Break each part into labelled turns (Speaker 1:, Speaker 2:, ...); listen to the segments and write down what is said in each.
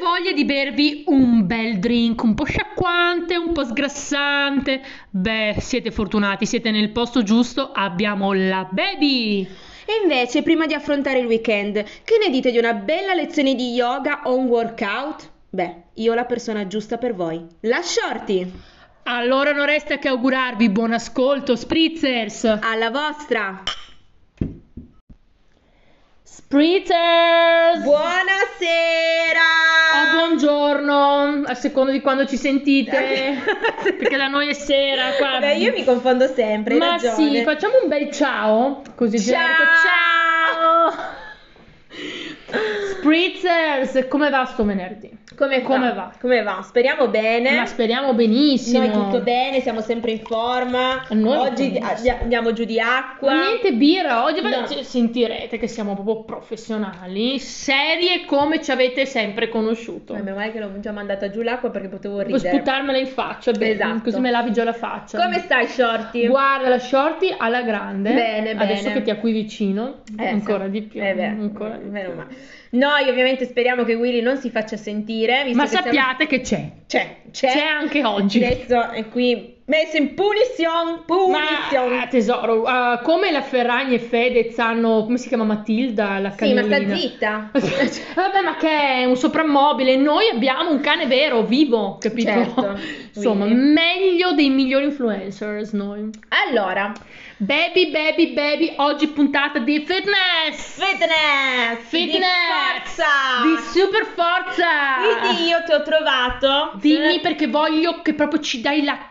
Speaker 1: voglia di bervi un bel drink, un po' sciacquante, un po' sgrassante. Beh, siete fortunati, siete nel posto giusto, abbiamo la baby.
Speaker 2: E invece, prima di affrontare il weekend, che ne dite di una bella lezione di yoga o un workout? Beh, io ho la persona giusta per voi. La Shorty!
Speaker 1: Allora non resta che augurarvi buon ascolto, spritzers.
Speaker 2: Alla vostra!
Speaker 1: Spritzers!
Speaker 2: Buonasera!
Speaker 1: O buongiorno, a seconda di quando ci sentite, perché da noi è sera qua.
Speaker 2: Beh, io mi confondo sempre, hai
Speaker 1: Ma
Speaker 2: ragione.
Speaker 1: sì, facciamo un bel ciao, così generico.
Speaker 2: Ciao!
Speaker 1: Ciao! Spritzers, come va sto venerdì?
Speaker 2: Come,
Speaker 1: Come va?
Speaker 2: Come va? Speriamo bene.
Speaker 1: Ma speriamo benissimo.
Speaker 2: Noi tutto bene, siamo sempre in forma.
Speaker 1: A noi
Speaker 2: Oggi
Speaker 1: tutto
Speaker 2: di-
Speaker 1: bene.
Speaker 2: andiamo giù di acqua.
Speaker 1: Niente birra oggi, ma
Speaker 2: No.
Speaker 1: ci- sentirete che siamo proprio professionali, serie come ci avete sempre conosciuto.
Speaker 2: Ma meno male che l'ho già mandata giù l'acqua perché potevo
Speaker 1: Puoi
Speaker 2: ridere.
Speaker 1: sputarmela in faccia, beh,
Speaker 2: Esatto.
Speaker 1: così me lavi già la faccia.
Speaker 2: Come stai, Shorty?
Speaker 1: Guarda la shorty alla grande.
Speaker 2: Bene,
Speaker 1: Adesso
Speaker 2: bene.
Speaker 1: che ti è qui vicino,
Speaker 2: Eh,
Speaker 1: ancora
Speaker 2: sì.
Speaker 1: di più.
Speaker 2: Eh, beh,
Speaker 1: ancora di
Speaker 2: meno
Speaker 1: più.
Speaker 2: male. Noi ovviamente speriamo che Willy non si faccia sentire. visto
Speaker 1: Ma
Speaker 2: che siamo-
Speaker 1: sappiate che c'è.
Speaker 2: C'è, c'è.
Speaker 1: C'è anche oggi.
Speaker 2: Adesso è qui messo in punizione, punizione.
Speaker 1: Ma tesoro, ah, come la Ferragni e Fedez hanno, come si chiama Matilda, la
Speaker 2: sì, ma
Speaker 1: cagnolina?
Speaker 2: sta zitta.
Speaker 1: Vabbè, ma che è un soprammobile, noi abbiamo un cane vero, vivo, capito?
Speaker 2: Certo,
Speaker 1: Insomma,
Speaker 2: quindi.
Speaker 1: meglio dei migliori influencers noi.
Speaker 2: Allora,
Speaker 1: Baby, baby, baby, oggi puntata di fitness!
Speaker 2: fitness,
Speaker 1: Fitness!
Speaker 2: di forza.
Speaker 1: Di super forza!
Speaker 2: Quindi io ti ho trovato.
Speaker 1: Dimmi perché voglio che proprio ci dai la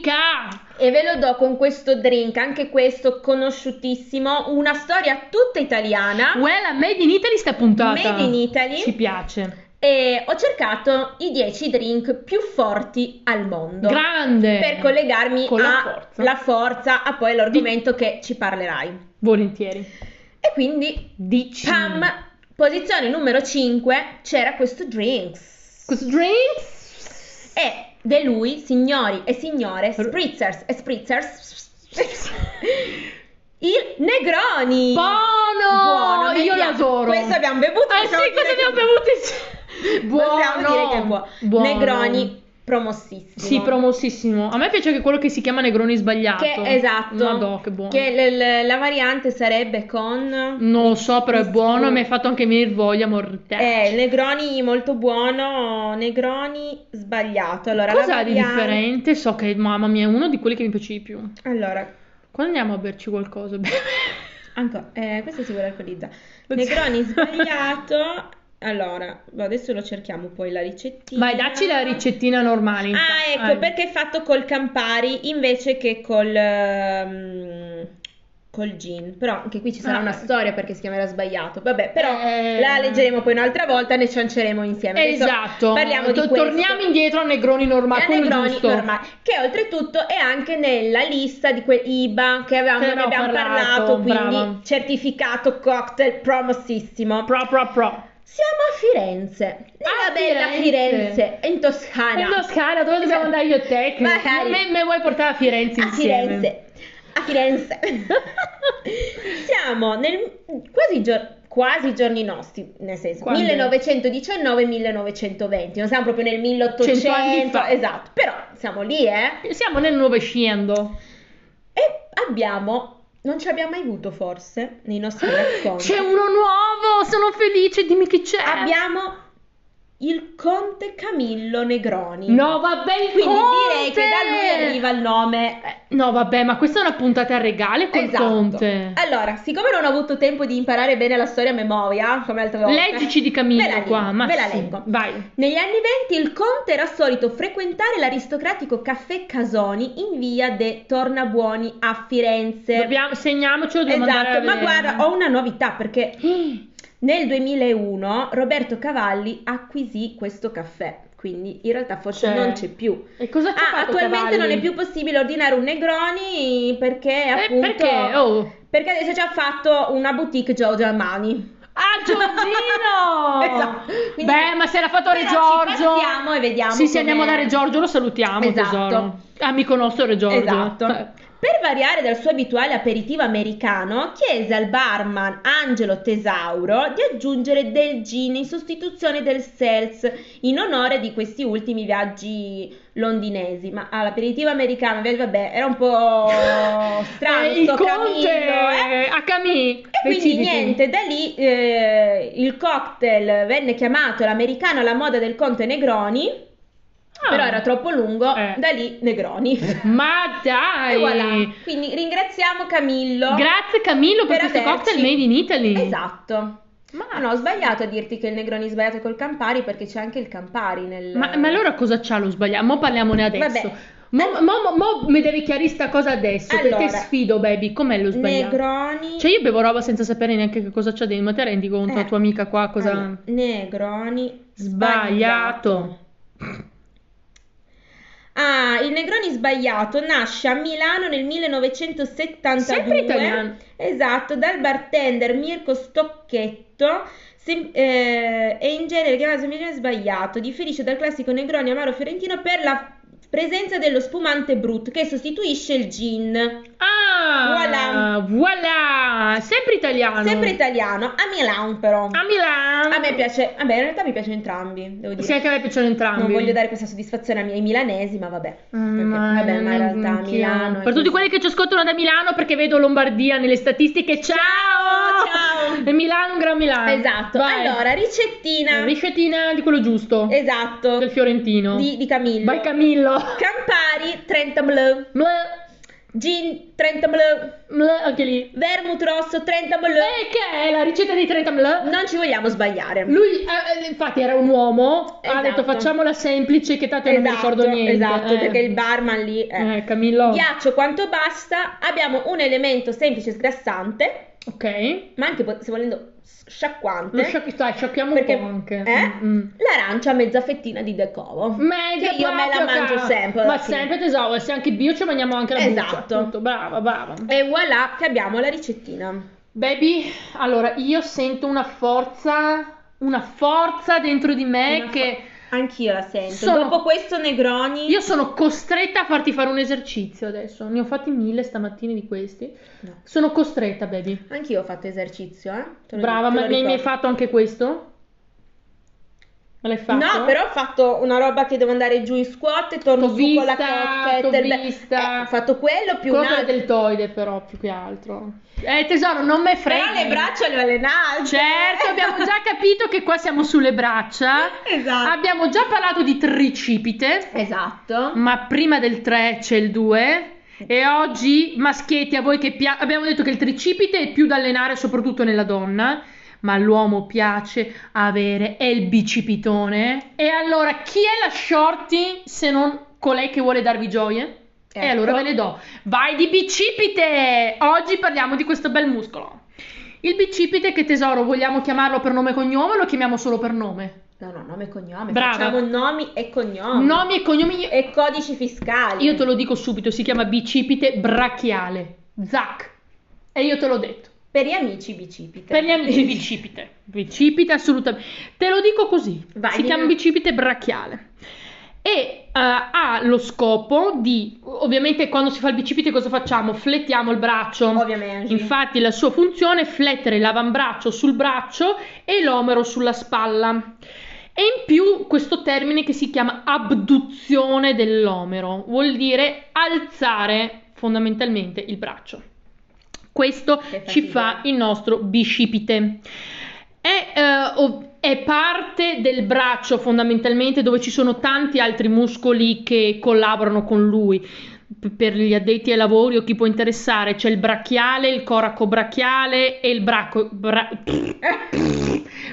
Speaker 1: carica!
Speaker 2: E ve lo do con questo drink, anche questo conosciutissimo, una storia tutta italiana.
Speaker 1: Well, a Made in Italy sta puntata.
Speaker 2: Made in Italy.
Speaker 1: Ci piace.
Speaker 2: E ho cercato i 10 drink più forti al mondo.
Speaker 1: Grande!
Speaker 2: Per collegarmi
Speaker 1: Con la
Speaker 2: a
Speaker 1: forza.
Speaker 2: la forza, a poi l'argomento che ci parlerai.
Speaker 1: Volentieri.
Speaker 2: E quindi,
Speaker 1: Dici.
Speaker 2: pam, posizione numero 5 c'era questo drinks.
Speaker 1: Questo drinks.
Speaker 2: E di lui, signori e signore, spritzers e spritzers, il Negroni.
Speaker 1: Buono!
Speaker 2: Buono,
Speaker 1: Io
Speaker 2: vediamo.
Speaker 1: lo adoro.
Speaker 2: Questo abbiamo bevuto.
Speaker 1: Ah, sì,
Speaker 2: possiamo
Speaker 1: questo
Speaker 2: dire che-
Speaker 1: abbiamo bevuto.
Speaker 2: Possiamo dire che è buono.
Speaker 1: Buono. Buono.
Speaker 2: Negroni promossissimo.
Speaker 1: Sì, promossissimo. A me piace che quello che si chiama Negroni sbagliato.
Speaker 2: Che, esatto.
Speaker 1: Madò, che buono.
Speaker 2: Che l- l- la variante sarebbe con... Eh,
Speaker 1: Non lo so, però è
Speaker 2: Sì.
Speaker 1: buono e mi ha fatto anche venire voglia mortale.
Speaker 2: Eh, il Negroni molto buono, Negroni sbagliato. Allora, la
Speaker 1: Cosa ha di
Speaker 2: variante-
Speaker 1: differente? So che, mamma mia, è uno di quelli che mi piace di più.
Speaker 2: Allora,
Speaker 1: Quando andiamo a berci qualcosa?
Speaker 2: ancora, eh, questo si vuole alcolizza.
Speaker 1: Cioè,
Speaker 2: Negroni sbagliato. Allora, adesso lo cerchiamo poi la ricettina.
Speaker 1: Vai, dacci la ricettina normale.
Speaker 2: Ah,
Speaker 1: intanto.
Speaker 2: ecco,
Speaker 1: Eh.
Speaker 2: perché è fatto col Campari invece che col, ehm, col gin. Però anche qui ci sarà
Speaker 1: Ah,
Speaker 2: una
Speaker 1: ok.
Speaker 2: storia perché si chiamerà sbagliato. Vabbè, però
Speaker 1: Eh.
Speaker 2: la leggeremo poi un'altra volta, ne cianceremo insieme. Adesso
Speaker 1: Esatto.
Speaker 2: Parliamo di
Speaker 1: To-
Speaker 2: questo.
Speaker 1: Torniamo indietro a Negroni normali.
Speaker 2: E
Speaker 1: come
Speaker 2: Negroni
Speaker 1: giusto.
Speaker 2: normali, che oltretutto è anche nella lista di quei IBA che avevamo,
Speaker 1: Che
Speaker 2: ne
Speaker 1: abbiamo
Speaker 2: abbiamo parlato,
Speaker 1: parlato,
Speaker 2: quindi
Speaker 1: brava.
Speaker 2: certificato cocktail promossissimo.
Speaker 1: Pro, pro, pro.
Speaker 2: Siamo a Firenze, nella
Speaker 1: Ah,
Speaker 2: bella
Speaker 1: Firenze.
Speaker 2: Firenze, in Toscana. Esatto.
Speaker 1: In Toscana, dove dobbiamo andare io e te? Che
Speaker 2: Ah, Magari.
Speaker 1: Me, me vuoi portare a Firenze
Speaker 2: a
Speaker 1: insieme?
Speaker 2: Firenze. A Firenze. Siamo nel quasi, gior- quasi giorni nostri, nel senso
Speaker 1: Quando?
Speaker 2: 1919-1920, non siamo proprio nel 1800,
Speaker 1: Cento anni fa.
Speaker 2: esatto, però siamo lì, eh.
Speaker 1: Siamo nel Novecento.
Speaker 2: E abbiamo non ci abbiamo mai avuto forse nei nostri racconti.
Speaker 1: C'è uno nuovo, sono felice, dimmi chi c'è.
Speaker 2: Abbiamo il conte Camillo Negroni.
Speaker 1: No, vabbè, il
Speaker 2: Quindi direi
Speaker 1: Conte!
Speaker 2: che da lui arriva il nome
Speaker 1: Eh, No, vabbè, ma questa è una puntata a regale col
Speaker 2: Esatto.
Speaker 1: Conte.
Speaker 2: Allora, siccome non ho avuto tempo di imparare bene la storia a memoria, come altre volte,
Speaker 1: Leggici di Camillo
Speaker 2: Ve la leggo,
Speaker 1: qua, ma
Speaker 2: ve la
Speaker 1: sì,
Speaker 2: leggo.
Speaker 1: Vai.
Speaker 2: Negli anni venti il conte era solito frequentare l'aristocratico caffè Casoni in via de Tornabuoni a Firenze.
Speaker 1: Dobbiamo, segniamocelo, dobbiamo andare a
Speaker 2: Esatto, ma
Speaker 1: vedere.
Speaker 2: guarda, ho una novità perché nel 2001 Roberto Cavalli acquisì questo caffè, quindi in realtà forse
Speaker 1: C'è.
Speaker 2: non c'è più.
Speaker 1: E cosa c'è
Speaker 2: Ah, attualmente non è più possibile ordinare un Negroni perché Eh, appunto
Speaker 1: Eh, perché? Oh.
Speaker 2: perché adesso ci ha fatto una boutique Giorgio Armani.
Speaker 1: Ah, Giorgino!
Speaker 2: Esatto. Quindi-
Speaker 1: Beh, ma se l'ha fatto Re
Speaker 2: Però ci
Speaker 1: Giorgio.
Speaker 2: passiamo e vediamo
Speaker 1: Sì, sì,
Speaker 2: com'è.
Speaker 1: andiamo da Re Giorgio, lo salutiamo,
Speaker 2: Esatto.
Speaker 1: tesoro. Amico nostro Re Giorgio. Eh.
Speaker 2: Esatto. Per variare dal suo abituale aperitivo americano, chiese al barman Angelo Tesauro di aggiungere del gin in sostituzione del seltz in onore di questi ultimi viaggi londinesi. Ma all'aperitivo americano, vedi, vabbè, era un po' Oh, strano
Speaker 1: Eh, il
Speaker 2: sto
Speaker 1: conte
Speaker 2: Camillo, eh?
Speaker 1: a Camille.
Speaker 2: E quindi niente, da lì eh, il cocktail venne chiamato l'americano alla moda del conte Negroni,
Speaker 1: Ah.
Speaker 2: però era troppo lungo,
Speaker 1: Eh.
Speaker 2: da lì Negroni.
Speaker 1: Ma dai!
Speaker 2: E voilà. Quindi ringraziamo Camillo.
Speaker 1: Grazie Camillo per,
Speaker 2: Per
Speaker 1: questo
Speaker 2: averci-
Speaker 1: cocktail made in Italy.
Speaker 2: Esatto. Ma no, ho sbagliato a dirti che il Negroni è sbagliato col Campari perché c'è anche il Campari nel...
Speaker 1: Ma, ma allora cosa c'ha lo sbagliato? Mo parliamone adesso.
Speaker 2: Vabbè.
Speaker 1: Mo, mo- mo- mo mi devi chiarire sta cosa adesso,
Speaker 2: Allora.
Speaker 1: perché sfido, baby, com'è lo sbagliato?
Speaker 2: Negroni...
Speaker 1: Cioè io bevo roba senza sapere neanche che cosa c'è dentro, ma te rendi conto
Speaker 2: Eh.
Speaker 1: la tua amica qua cosa...
Speaker 2: Allora, Negroni...
Speaker 1: Sbagliato.
Speaker 2: Ah, il Negroni sbagliato nasce a Milano nel 1972.
Speaker 1: Sempre italiano.
Speaker 2: Esatto, dal bartender Mirko Stocchetto sem- eh, è in genere chiamato semplicemente sbagliato, differisce dal classico Negroni amaro fiorentino per la presenza dello spumante Brut che sostituisce il gin.
Speaker 1: Ah! Voilà! Sempre italiano.
Speaker 2: Sempre italiano, a Milano però.
Speaker 1: A Milano.
Speaker 2: A me piace, vabbè, in realtà mi piacciono entrambi, devo dire.
Speaker 1: Sì, anche a me piacciono entrambi.
Speaker 2: Non voglio dare questa soddisfazione ai miei milanesi, ma vabbè.
Speaker 1: Ah,
Speaker 2: Perché, vabbè, ma in realtà
Speaker 1: anch'io.
Speaker 2: Milano è
Speaker 1: Per tutti
Speaker 2: così.
Speaker 1: quelli che ci ascoltano da Milano, perché vedo Lombardia nelle statistiche. Ciao!
Speaker 2: Ciao, ciao!
Speaker 1: E Milano, un gran Milano.
Speaker 2: Esatto.
Speaker 1: Ah, Vai.
Speaker 2: Allora, ricettina.
Speaker 1: Ricettina di quello giusto.
Speaker 2: Esatto.
Speaker 1: Del fiorentino.
Speaker 2: Di, di Camillo.
Speaker 1: Vai Camillo.
Speaker 2: Campari 30 bleu.
Speaker 1: Mle,
Speaker 2: Gin 30 bleu.
Speaker 1: mle, anche lì.
Speaker 2: Vermut rosso 30 bleu.
Speaker 1: E Eh, che è la ricetta di 30 mle?
Speaker 2: Non ci vogliamo sbagliare.
Speaker 1: Lui, eh, eh, infatti, era un uomo. Ha
Speaker 2: Esatto.
Speaker 1: detto facciamola semplice, che tanto io non mi
Speaker 2: Esatto,
Speaker 1: ricordo niente.
Speaker 2: esatto,
Speaker 1: Eh.
Speaker 2: perché il barman lì è.
Speaker 1: Eh, Camillo.
Speaker 2: Ghiaccio quanto basta, abbiamo un elemento semplice sgrassante,
Speaker 1: Ok.
Speaker 2: ma anche po- se volendo
Speaker 1: Lo
Speaker 2: sciacquante.
Speaker 1: sciocchi- dai, sciocchiamo
Speaker 2: Eh? Perché-
Speaker 1: un po' anche.
Speaker 2: eh?
Speaker 1: Mm.
Speaker 2: L'arancia mezza fettina di decovo.
Speaker 1: Mega
Speaker 2: Che io me la
Speaker 1: proprio,
Speaker 2: mangio
Speaker 1: cara.
Speaker 2: sempre, alla
Speaker 1: Ma
Speaker 2: fine.
Speaker 1: sempre tesoro, se anche bio ci mangiamo anche la buccia.
Speaker 2: Esatto.
Speaker 1: Appunto, Brava, brava.
Speaker 2: E voilà che abbiamo la ricettina.
Speaker 1: Baby, allora io sento una forza, una forza dentro di me
Speaker 2: Una
Speaker 1: che
Speaker 2: Anch'io la sento.
Speaker 1: Sono-
Speaker 2: Dopo questo Negroni...
Speaker 1: io sono costretta a farti fare un esercizio adesso. Ne ho fatti mille stamattina di questi.
Speaker 2: No.
Speaker 1: Sono costretta, baby.
Speaker 2: Anch'io ho fatto esercizio, eh. Te lo
Speaker 1: Brava,
Speaker 2: dico,
Speaker 1: ma
Speaker 2: te lo
Speaker 1: mi, mi hai
Speaker 2: ricordo.
Speaker 1: fatto anche questo? Me l'hai fatto?
Speaker 2: No, però ho fatto una roba che devo andare giù in squat e torno
Speaker 1: T'ho
Speaker 2: giù con la
Speaker 1: vista,
Speaker 2: kettlebell.
Speaker 1: t'ho vista.
Speaker 2: Eh, ho fatto quello più
Speaker 1: Quello
Speaker 2: un
Speaker 1: per il
Speaker 2: altro.
Speaker 1: deltoide però, più che altro. Eh, tesoro, non me freghi.
Speaker 2: Però le braccia le ho allenate.
Speaker 1: Certo, abbiamo già capito che qua siamo sulle braccia.
Speaker 2: Esatto.
Speaker 1: Abbiamo già parlato di tricipite,
Speaker 2: Esatto.
Speaker 1: ma prima del 3 c'è il 2. E oggi, maschietti, a voi che piace, abbiamo detto che il tricipite è più da allenare, soprattutto nella donna, ma all'uomo piace avere è il bicipitone. E allora, chi è la shorty se non colei che vuole darvi gioie? E
Speaker 2: Ecco.
Speaker 1: allora ve ne do. Vai di bicipite! Oggi parliamo di questo bel muscolo. Il bicipite, che tesoro, vogliamo chiamarlo per nome e cognome o lo chiamiamo solo per nome?
Speaker 2: No, no, nome e cognome.
Speaker 1: Brava.
Speaker 2: Facciamo nomi e cognomi.
Speaker 1: Nomi e cognomi, io-
Speaker 2: E codici fiscali.
Speaker 1: io te lo dico subito, si chiama bicipite brachiale. Zac. E io te l'ho detto.
Speaker 2: Per gli amici bicipite.
Speaker 1: Per gli amici bicipite. Bicipite assolutamente. Te lo dico così.
Speaker 2: Vai,
Speaker 1: si
Speaker 2: dimmi.
Speaker 1: chiama bicipite brachiale. E eh, ha lo scopo di, ovviamente quando si fa il bicipite cosa facciamo? Flettiamo il braccio.
Speaker 2: Ovviamente.
Speaker 1: Infatti la sua funzione è flettere l'avambraccio sul braccio e l'omero sulla spalla. E in più questo termine che si chiama abduzione dell'omero, vuol dire alzare fondamentalmente il braccio. Questo
Speaker 2: Che fatica.
Speaker 1: ci fa il nostro bicipite. È, eh, ov- è parte del braccio fondamentalmente dove ci sono tanti altri muscoli che collaborano con lui. P- Per gli addetti ai lavori o chi può interessare, c'è il brachiale, il coraco brachiale e il braco, bra-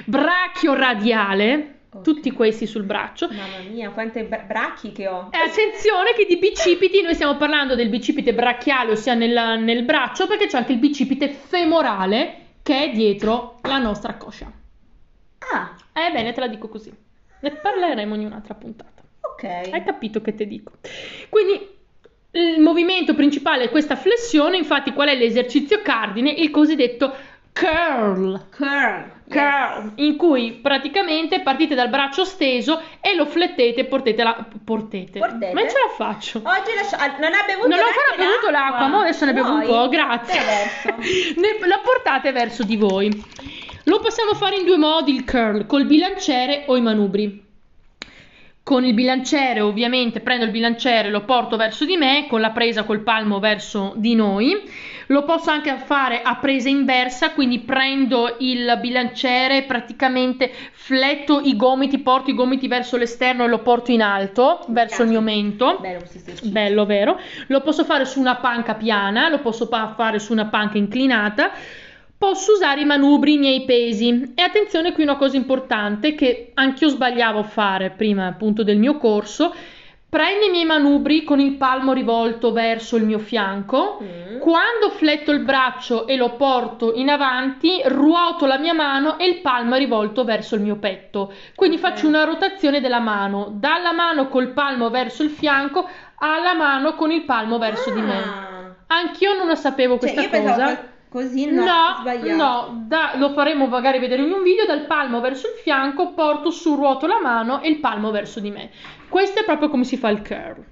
Speaker 1: brachio radiale,
Speaker 2: Ok.
Speaker 1: tutti questi sul braccio.
Speaker 2: Mamma mia, quante bra- bracchi che ho.
Speaker 1: E Eh, attenzione che di bicipiti noi stiamo parlando del bicipite brachiale, ossia nel, nel braccio, perché c'è anche il bicipite femorale che è dietro la nostra coscia.
Speaker 2: Ah,
Speaker 1: Ebbene, te la dico così. Ne parleremo in un'altra puntata.
Speaker 2: ok.
Speaker 1: Hai capito che te dico? Quindi il movimento principale è questa flessione, infatti qual è l'esercizio cardine? Il cosiddetto curl.
Speaker 2: Curl.
Speaker 1: Curl, in cui praticamente partite dal braccio steso e lo flettete e portete la... portete.
Speaker 2: Portete.
Speaker 1: Ma ce la faccio.
Speaker 2: Oggi lascia- ah, non ha bevuto
Speaker 1: Non ho
Speaker 2: neanche
Speaker 1: ancora bevuto l'acqua, ma adesso ne bevo un
Speaker 2: Vuoi?
Speaker 1: po', grazie.
Speaker 2: Te verso.
Speaker 1: Ne- la portate verso di voi. Lo possiamo fare in due modi il curl, col bilanciere o i manubri. Con il bilanciere, ovviamente, prendo il bilanciere, lo porto verso di me, con la presa col palmo verso di noi. Lo posso anche fare a presa inversa, quindi prendo il bilanciere, praticamente fletto i gomiti, porto i gomiti verso l'esterno e lo porto in alto, verso il mio mento.
Speaker 2: Bello, sì, sì, sì.
Speaker 1: Bello, vero? Lo posso fare su una panca piana, lo posso pa- fare su una panca inclinata. Posso usare i manubri, i miei pesi. E attenzione, qui una cosa importante che anch'io sbagliavo a fare prima appunto del mio corso. Prendo i miei manubri con il palmo rivolto verso il mio fianco.
Speaker 2: Mm.
Speaker 1: Quando fletto il braccio e lo porto in avanti, ruoto la mia mano e il palmo è rivolto verso il mio petto. Quindi
Speaker 2: Ok.
Speaker 1: faccio una rotazione della mano, dalla mano col palmo verso il fianco alla mano con il palmo verso di me.
Speaker 2: Ah.
Speaker 1: Anch'io non la sapevo
Speaker 2: Cioè,
Speaker 1: questa
Speaker 2: io
Speaker 1: cosa.
Speaker 2: pensavo co- così no, sbagliato.
Speaker 1: no, da- lo faremo magari vedere in un video, dal palmo verso il fianco porto su ruoto la mano e il palmo verso di me. Questo è proprio come si fa il curl.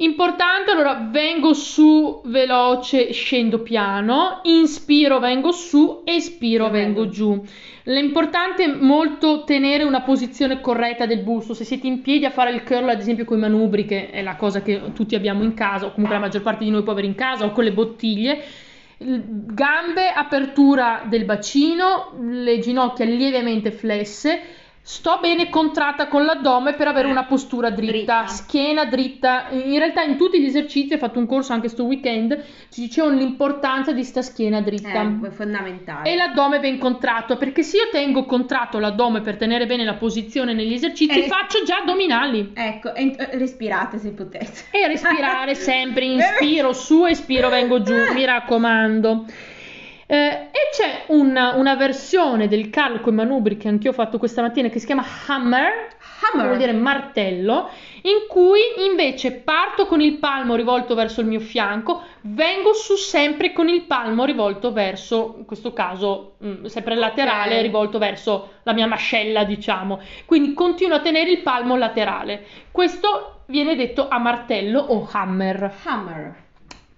Speaker 1: Importante, allora vengo su veloce, scendo piano, inspiro, vengo su, espiro,
Speaker 2: Che bello.
Speaker 1: vengo giù. L'importante è molto tenere una posizione corretta del busto. Se siete in piedi a fare il curl, ad esempio con i manubri, che è la cosa che tutti abbiamo in casa, o comunque la maggior parte di noi può avere in casa, o con le bottiglie, l- gambe, apertura del bacino, le ginocchia lievemente flesse. Sto bene contratta con l'addome per avere una postura dritta,
Speaker 2: Dritta.
Speaker 1: schiena dritta. In realtà in tutti gli esercizi, ho fatto un corso anche sto weekend, ci dicevano l'importanza di sta schiena dritta.
Speaker 2: Eh, è fondamentale.
Speaker 1: E l'addome ben contratto, perché se io tengo contratto l'addome per tenere bene la posizione negli esercizi,
Speaker 2: Eh.
Speaker 1: faccio già addominali.
Speaker 2: Ecco, e- eh, respirate se potete.
Speaker 1: E respirare sempre, inspiro su, espiro, vengo giù,
Speaker 2: Ah,
Speaker 1: mi raccomando. Eh, e c'è una, una versione del Carl con i manubri che anch'io ho fatto questa mattina che si chiama Hammer, che
Speaker 2: Hammer.
Speaker 1: vuol dire martello, in cui invece parto con il palmo rivolto verso il mio fianco, vengo su sempre con il palmo rivolto verso, in questo caso mm, sempre laterale,
Speaker 2: Ok.
Speaker 1: rivolto verso la mia mascella, diciamo. Quindi continuo a tenere il palmo laterale. Questo viene detto a martello o hammer.
Speaker 2: Hammer.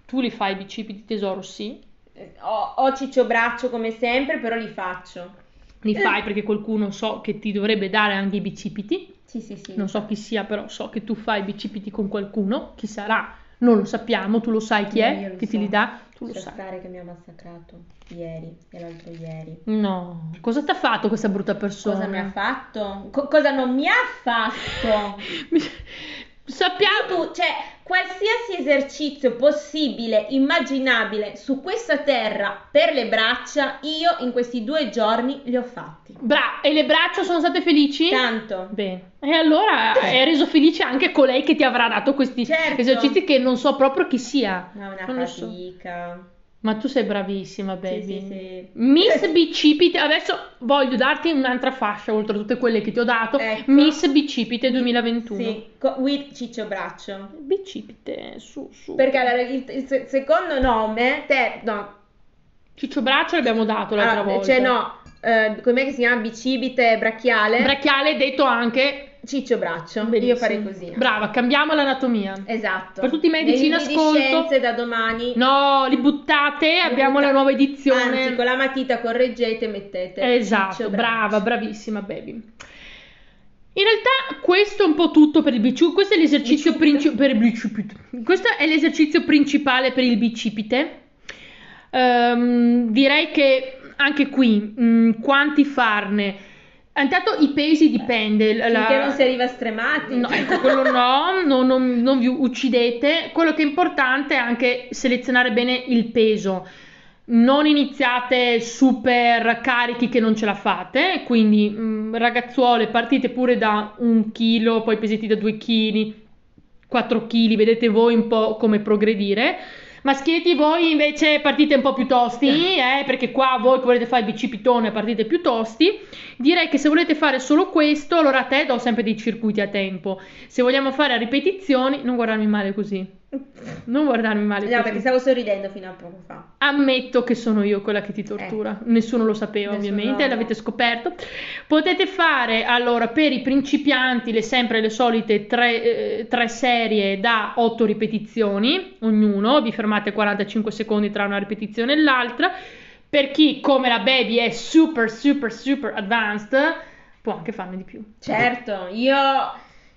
Speaker 1: Tu li fai i bicipiti di tesoro, sì?
Speaker 2: Eh, Ho, ho ciccio braccio come sempre, però li faccio.
Speaker 1: Li fai perché qualcuno so che ti dovrebbe dare anche i bicipiti.
Speaker 2: Sì, sì, sì.
Speaker 1: Non so chi sia, però so che tu fai bicipiti con qualcuno, chi sarà? Non lo sappiamo, tu lo sai chi
Speaker 2: Io
Speaker 1: è,
Speaker 2: lo
Speaker 1: che
Speaker 2: so.
Speaker 1: ti li dà, tu lo
Speaker 2: Lascia
Speaker 1: sai.
Speaker 2: stare che mi ha massacrato ieri e l'altro ieri.
Speaker 1: No, cosa ti ha fatto questa brutta persona?
Speaker 2: Cosa mi ha fatto? Co- cosa non mi ha fatto?
Speaker 1: Sappiamo
Speaker 2: Tu, cioè, qualsiasi esercizio possibile, immaginabile su questa terra per le braccia, io in questi due giorni li ho fatti.
Speaker 1: Bra, e le braccia sono state felici?
Speaker 2: Tanto.
Speaker 1: Bene. E allora è reso felice anche colei che ti avrà dato questi
Speaker 2: Certo.
Speaker 1: esercizi che non so proprio chi sia.
Speaker 2: No, una
Speaker 1: Non lo so.
Speaker 2: fatica.
Speaker 1: Ma tu sei bravissima, baby.
Speaker 2: Sì, sì, sì.
Speaker 1: Miss Bicipite, adesso voglio darti un'altra fascia oltre a tutte quelle che ti ho dato.
Speaker 2: Ecco.
Speaker 1: Miss Bicipite 2021.
Speaker 2: Sì, co- with Ciccio Braccio.
Speaker 1: Bicipite, su, su.
Speaker 2: Perché allora, il, il se- secondo nome, te, no,
Speaker 1: Ciccio Braccio l'abbiamo dato l'altra
Speaker 2: allora,
Speaker 1: volta.
Speaker 2: cioè no, eh, com'è che si chiama? Bicibite brachiale?
Speaker 1: Brachiale detto anche.
Speaker 2: Ciccio Braccio.
Speaker 1: Bellissimo.
Speaker 2: Io farei così.
Speaker 1: Brava, cambiamo l'anatomia.
Speaker 2: Esatto.
Speaker 1: Per tutti i medici in
Speaker 2: Nei libri di
Speaker 1: ascolto.
Speaker 2: scienze da domani.
Speaker 1: No, li buttate, abbiamo
Speaker 2: butta-
Speaker 1: la nuova edizione.
Speaker 2: Anzi, con la matita correggete e mettete.
Speaker 1: Esatto,
Speaker 2: Ciccio
Speaker 1: brava,
Speaker 2: Braccio.
Speaker 1: bravissima baby. In realtà questo è un po' tutto per il bicipite, questo è l'esercizio
Speaker 2: Bicipite.
Speaker 1: principale per il bicipite. Questo è l'esercizio principale per il bicipite. Ehm, direi che anche qui mh, quanti farne? Intanto i pesi dipende, la-
Speaker 2: Finché non si arriva stremati.
Speaker 1: No, ecco, quello no, non, non- non vi uccidete. Quello che è importante è anche selezionare bene il peso. Non iniziate super carichi che non ce la fate, quindi mh, ragazzuole partite pure da un chilo, poi pesate da 2 kg, 4 kg, vedete voi un po' come progredire. Maschietti voi invece partite un po' più tosti, eh, perché qua voi che volete fare il bicipitone partite più tosti. Direi che se volete fare solo questo, allora a te do sempre dei circuiti a tempo. Se vogliamo fare a ripetizioni, non guardarmi male così. Non guardarmi male.
Speaker 2: No,
Speaker 1: così.
Speaker 2: perché stavo sorridendo fino a poco fa.
Speaker 1: Ammetto che sono io quella che ti tortura. Nessuno lo sapeva,
Speaker 2: Nessuno-
Speaker 1: ovviamente, l'avete scoperto. Potete fare allora per i principianti le sempre le solite tre, eh, tre serie da 8 ripetizioni, ognuno, vi fermate 45 secondi tra una ripetizione e l'altra. Per chi come la baby è super, super, super advanced, può anche farne di più.
Speaker 2: Certo, io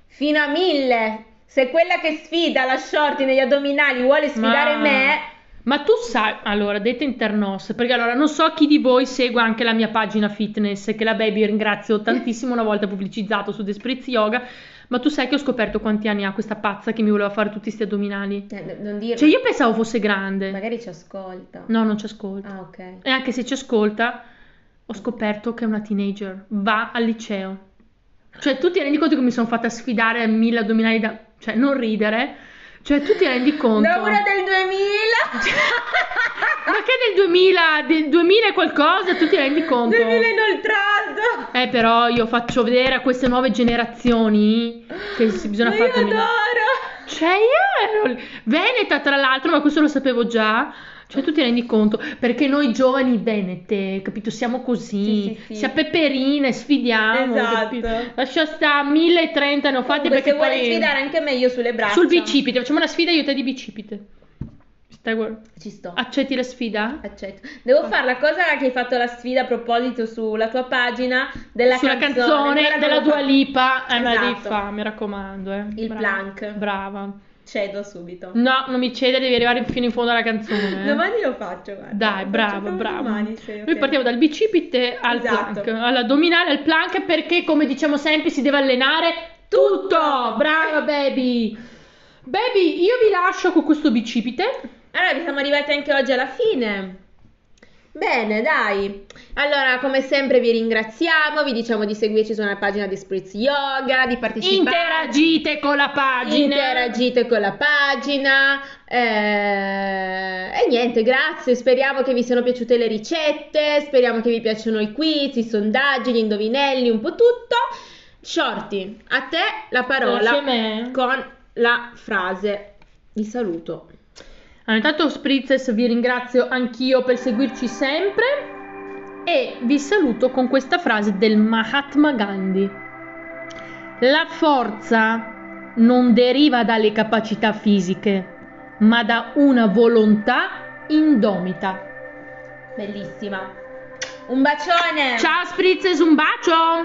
Speaker 2: fino a mille. Se quella che sfida la shorty negli addominali vuole sfidare
Speaker 1: Ma-
Speaker 2: me,
Speaker 1: Ma tu sai, allora, detta internos, perché allora non so chi di voi segue anche la mia pagina fitness, che la Baby ringrazio tantissimo, una volta pubblicizzato su Desprezz Yoga, ma tu sai che ho scoperto quanti anni ha questa pazza che mi voleva fare tutti sti addominali?
Speaker 2: eh, n- non dirlo.
Speaker 1: Cioè io Mm. pensavo fosse grande.
Speaker 2: Magari ci ascolta.
Speaker 1: No, non ci ascolta.
Speaker 2: Ah, ok.
Speaker 1: E anche se ci ascolta, ho scoperto che è una teenager, va al liceo. Cioè tu ti rendi conto che mi sono fatta sfidare a mille addominali da... Cioè non ridere, cioè tu ti rendi conto...
Speaker 2: Da una del 2000.
Speaker 1: Ma che del 2000, del 2000 e qualcosa, tu ti rendi conto?
Speaker 2: 2000 inoltrato.
Speaker 1: Eh, però io faccio vedere a queste nuove generazioni che si bisogna
Speaker 2: Ma
Speaker 1: fare.
Speaker 2: io adoro.
Speaker 1: Cioè, io ero veneta tra l'altro, ma questo lo sapevo già. Cioè, tu ti rendi conto? Perché noi giovani venete, capito? Siamo così,
Speaker 2: Sì, sì, sì.
Speaker 1: siamo peperine, sfidiamo. capito?
Speaker 2: Esatto.
Speaker 1: Lascia sta 1030 ne ho fatte
Speaker 2: Comunque,
Speaker 1: perché
Speaker 2: se vuole
Speaker 1: poi
Speaker 2: sfidare anche me, io sulle braccia.
Speaker 1: sul bicipite, facciamo una sfida io e te di bicipite. Stai guard-
Speaker 2: Ci sto.
Speaker 1: Accetti la sfida?
Speaker 2: Accetto. Devo fare la cosa che hai fatto la sfida a proposito sulla tua pagina della
Speaker 1: sulla
Speaker 2: canzone,
Speaker 1: canzone,
Speaker 2: quella
Speaker 1: della
Speaker 2: devo
Speaker 1: Dua
Speaker 2: fa-
Speaker 1: Lipa eh, me la devi
Speaker 2: Esatto.
Speaker 1: fa, mi raccomando eh.
Speaker 2: Il
Speaker 1: Brava.
Speaker 2: plank.
Speaker 1: brava
Speaker 2: Cedo subito.
Speaker 1: no non mi cedere devi arrivare fino in fondo alla canzone eh.
Speaker 2: Domani lo faccio, guarda.
Speaker 1: dai
Speaker 2: Lo faccio
Speaker 1: bravo
Speaker 2: proprio
Speaker 1: bravo
Speaker 2: domani, se-
Speaker 1: noi
Speaker 2: ok.
Speaker 1: partiamo dal bicipite al
Speaker 2: Esatto.
Speaker 1: plank all'addominale al plank perché come diciamo sempre si deve allenare tutto brava baby baby io vi lascio con questo bicipite
Speaker 2: Allora, che siamo arrivati anche oggi alla fine. Bene, dai. Allora, come sempre vi ringraziamo, vi diciamo di seguirci sulla pagina di Spritz Yoga, di partecipare.
Speaker 1: interagite con la pagina
Speaker 2: Interagite con la pagina eh, e niente, grazie. Speriamo che vi siano piaciute le ricette. Speriamo che vi piacciono i quiz, i sondaggi, gli indovinelli, un po' tutto. Shorty, a te la
Speaker 1: Lascia a
Speaker 2: parola
Speaker 1: me.
Speaker 2: con la frase di saluto.
Speaker 1: Allora, intanto Spritzes vi ringrazio anch'io per seguirci sempre e vi saluto con questa frase del Mahatma Gandhi. La forza non deriva dalle capacità fisiche, ma da una volontà indomita.
Speaker 2: Bellissima. Un bacione.
Speaker 1: Ciao Spritzes, un bacio!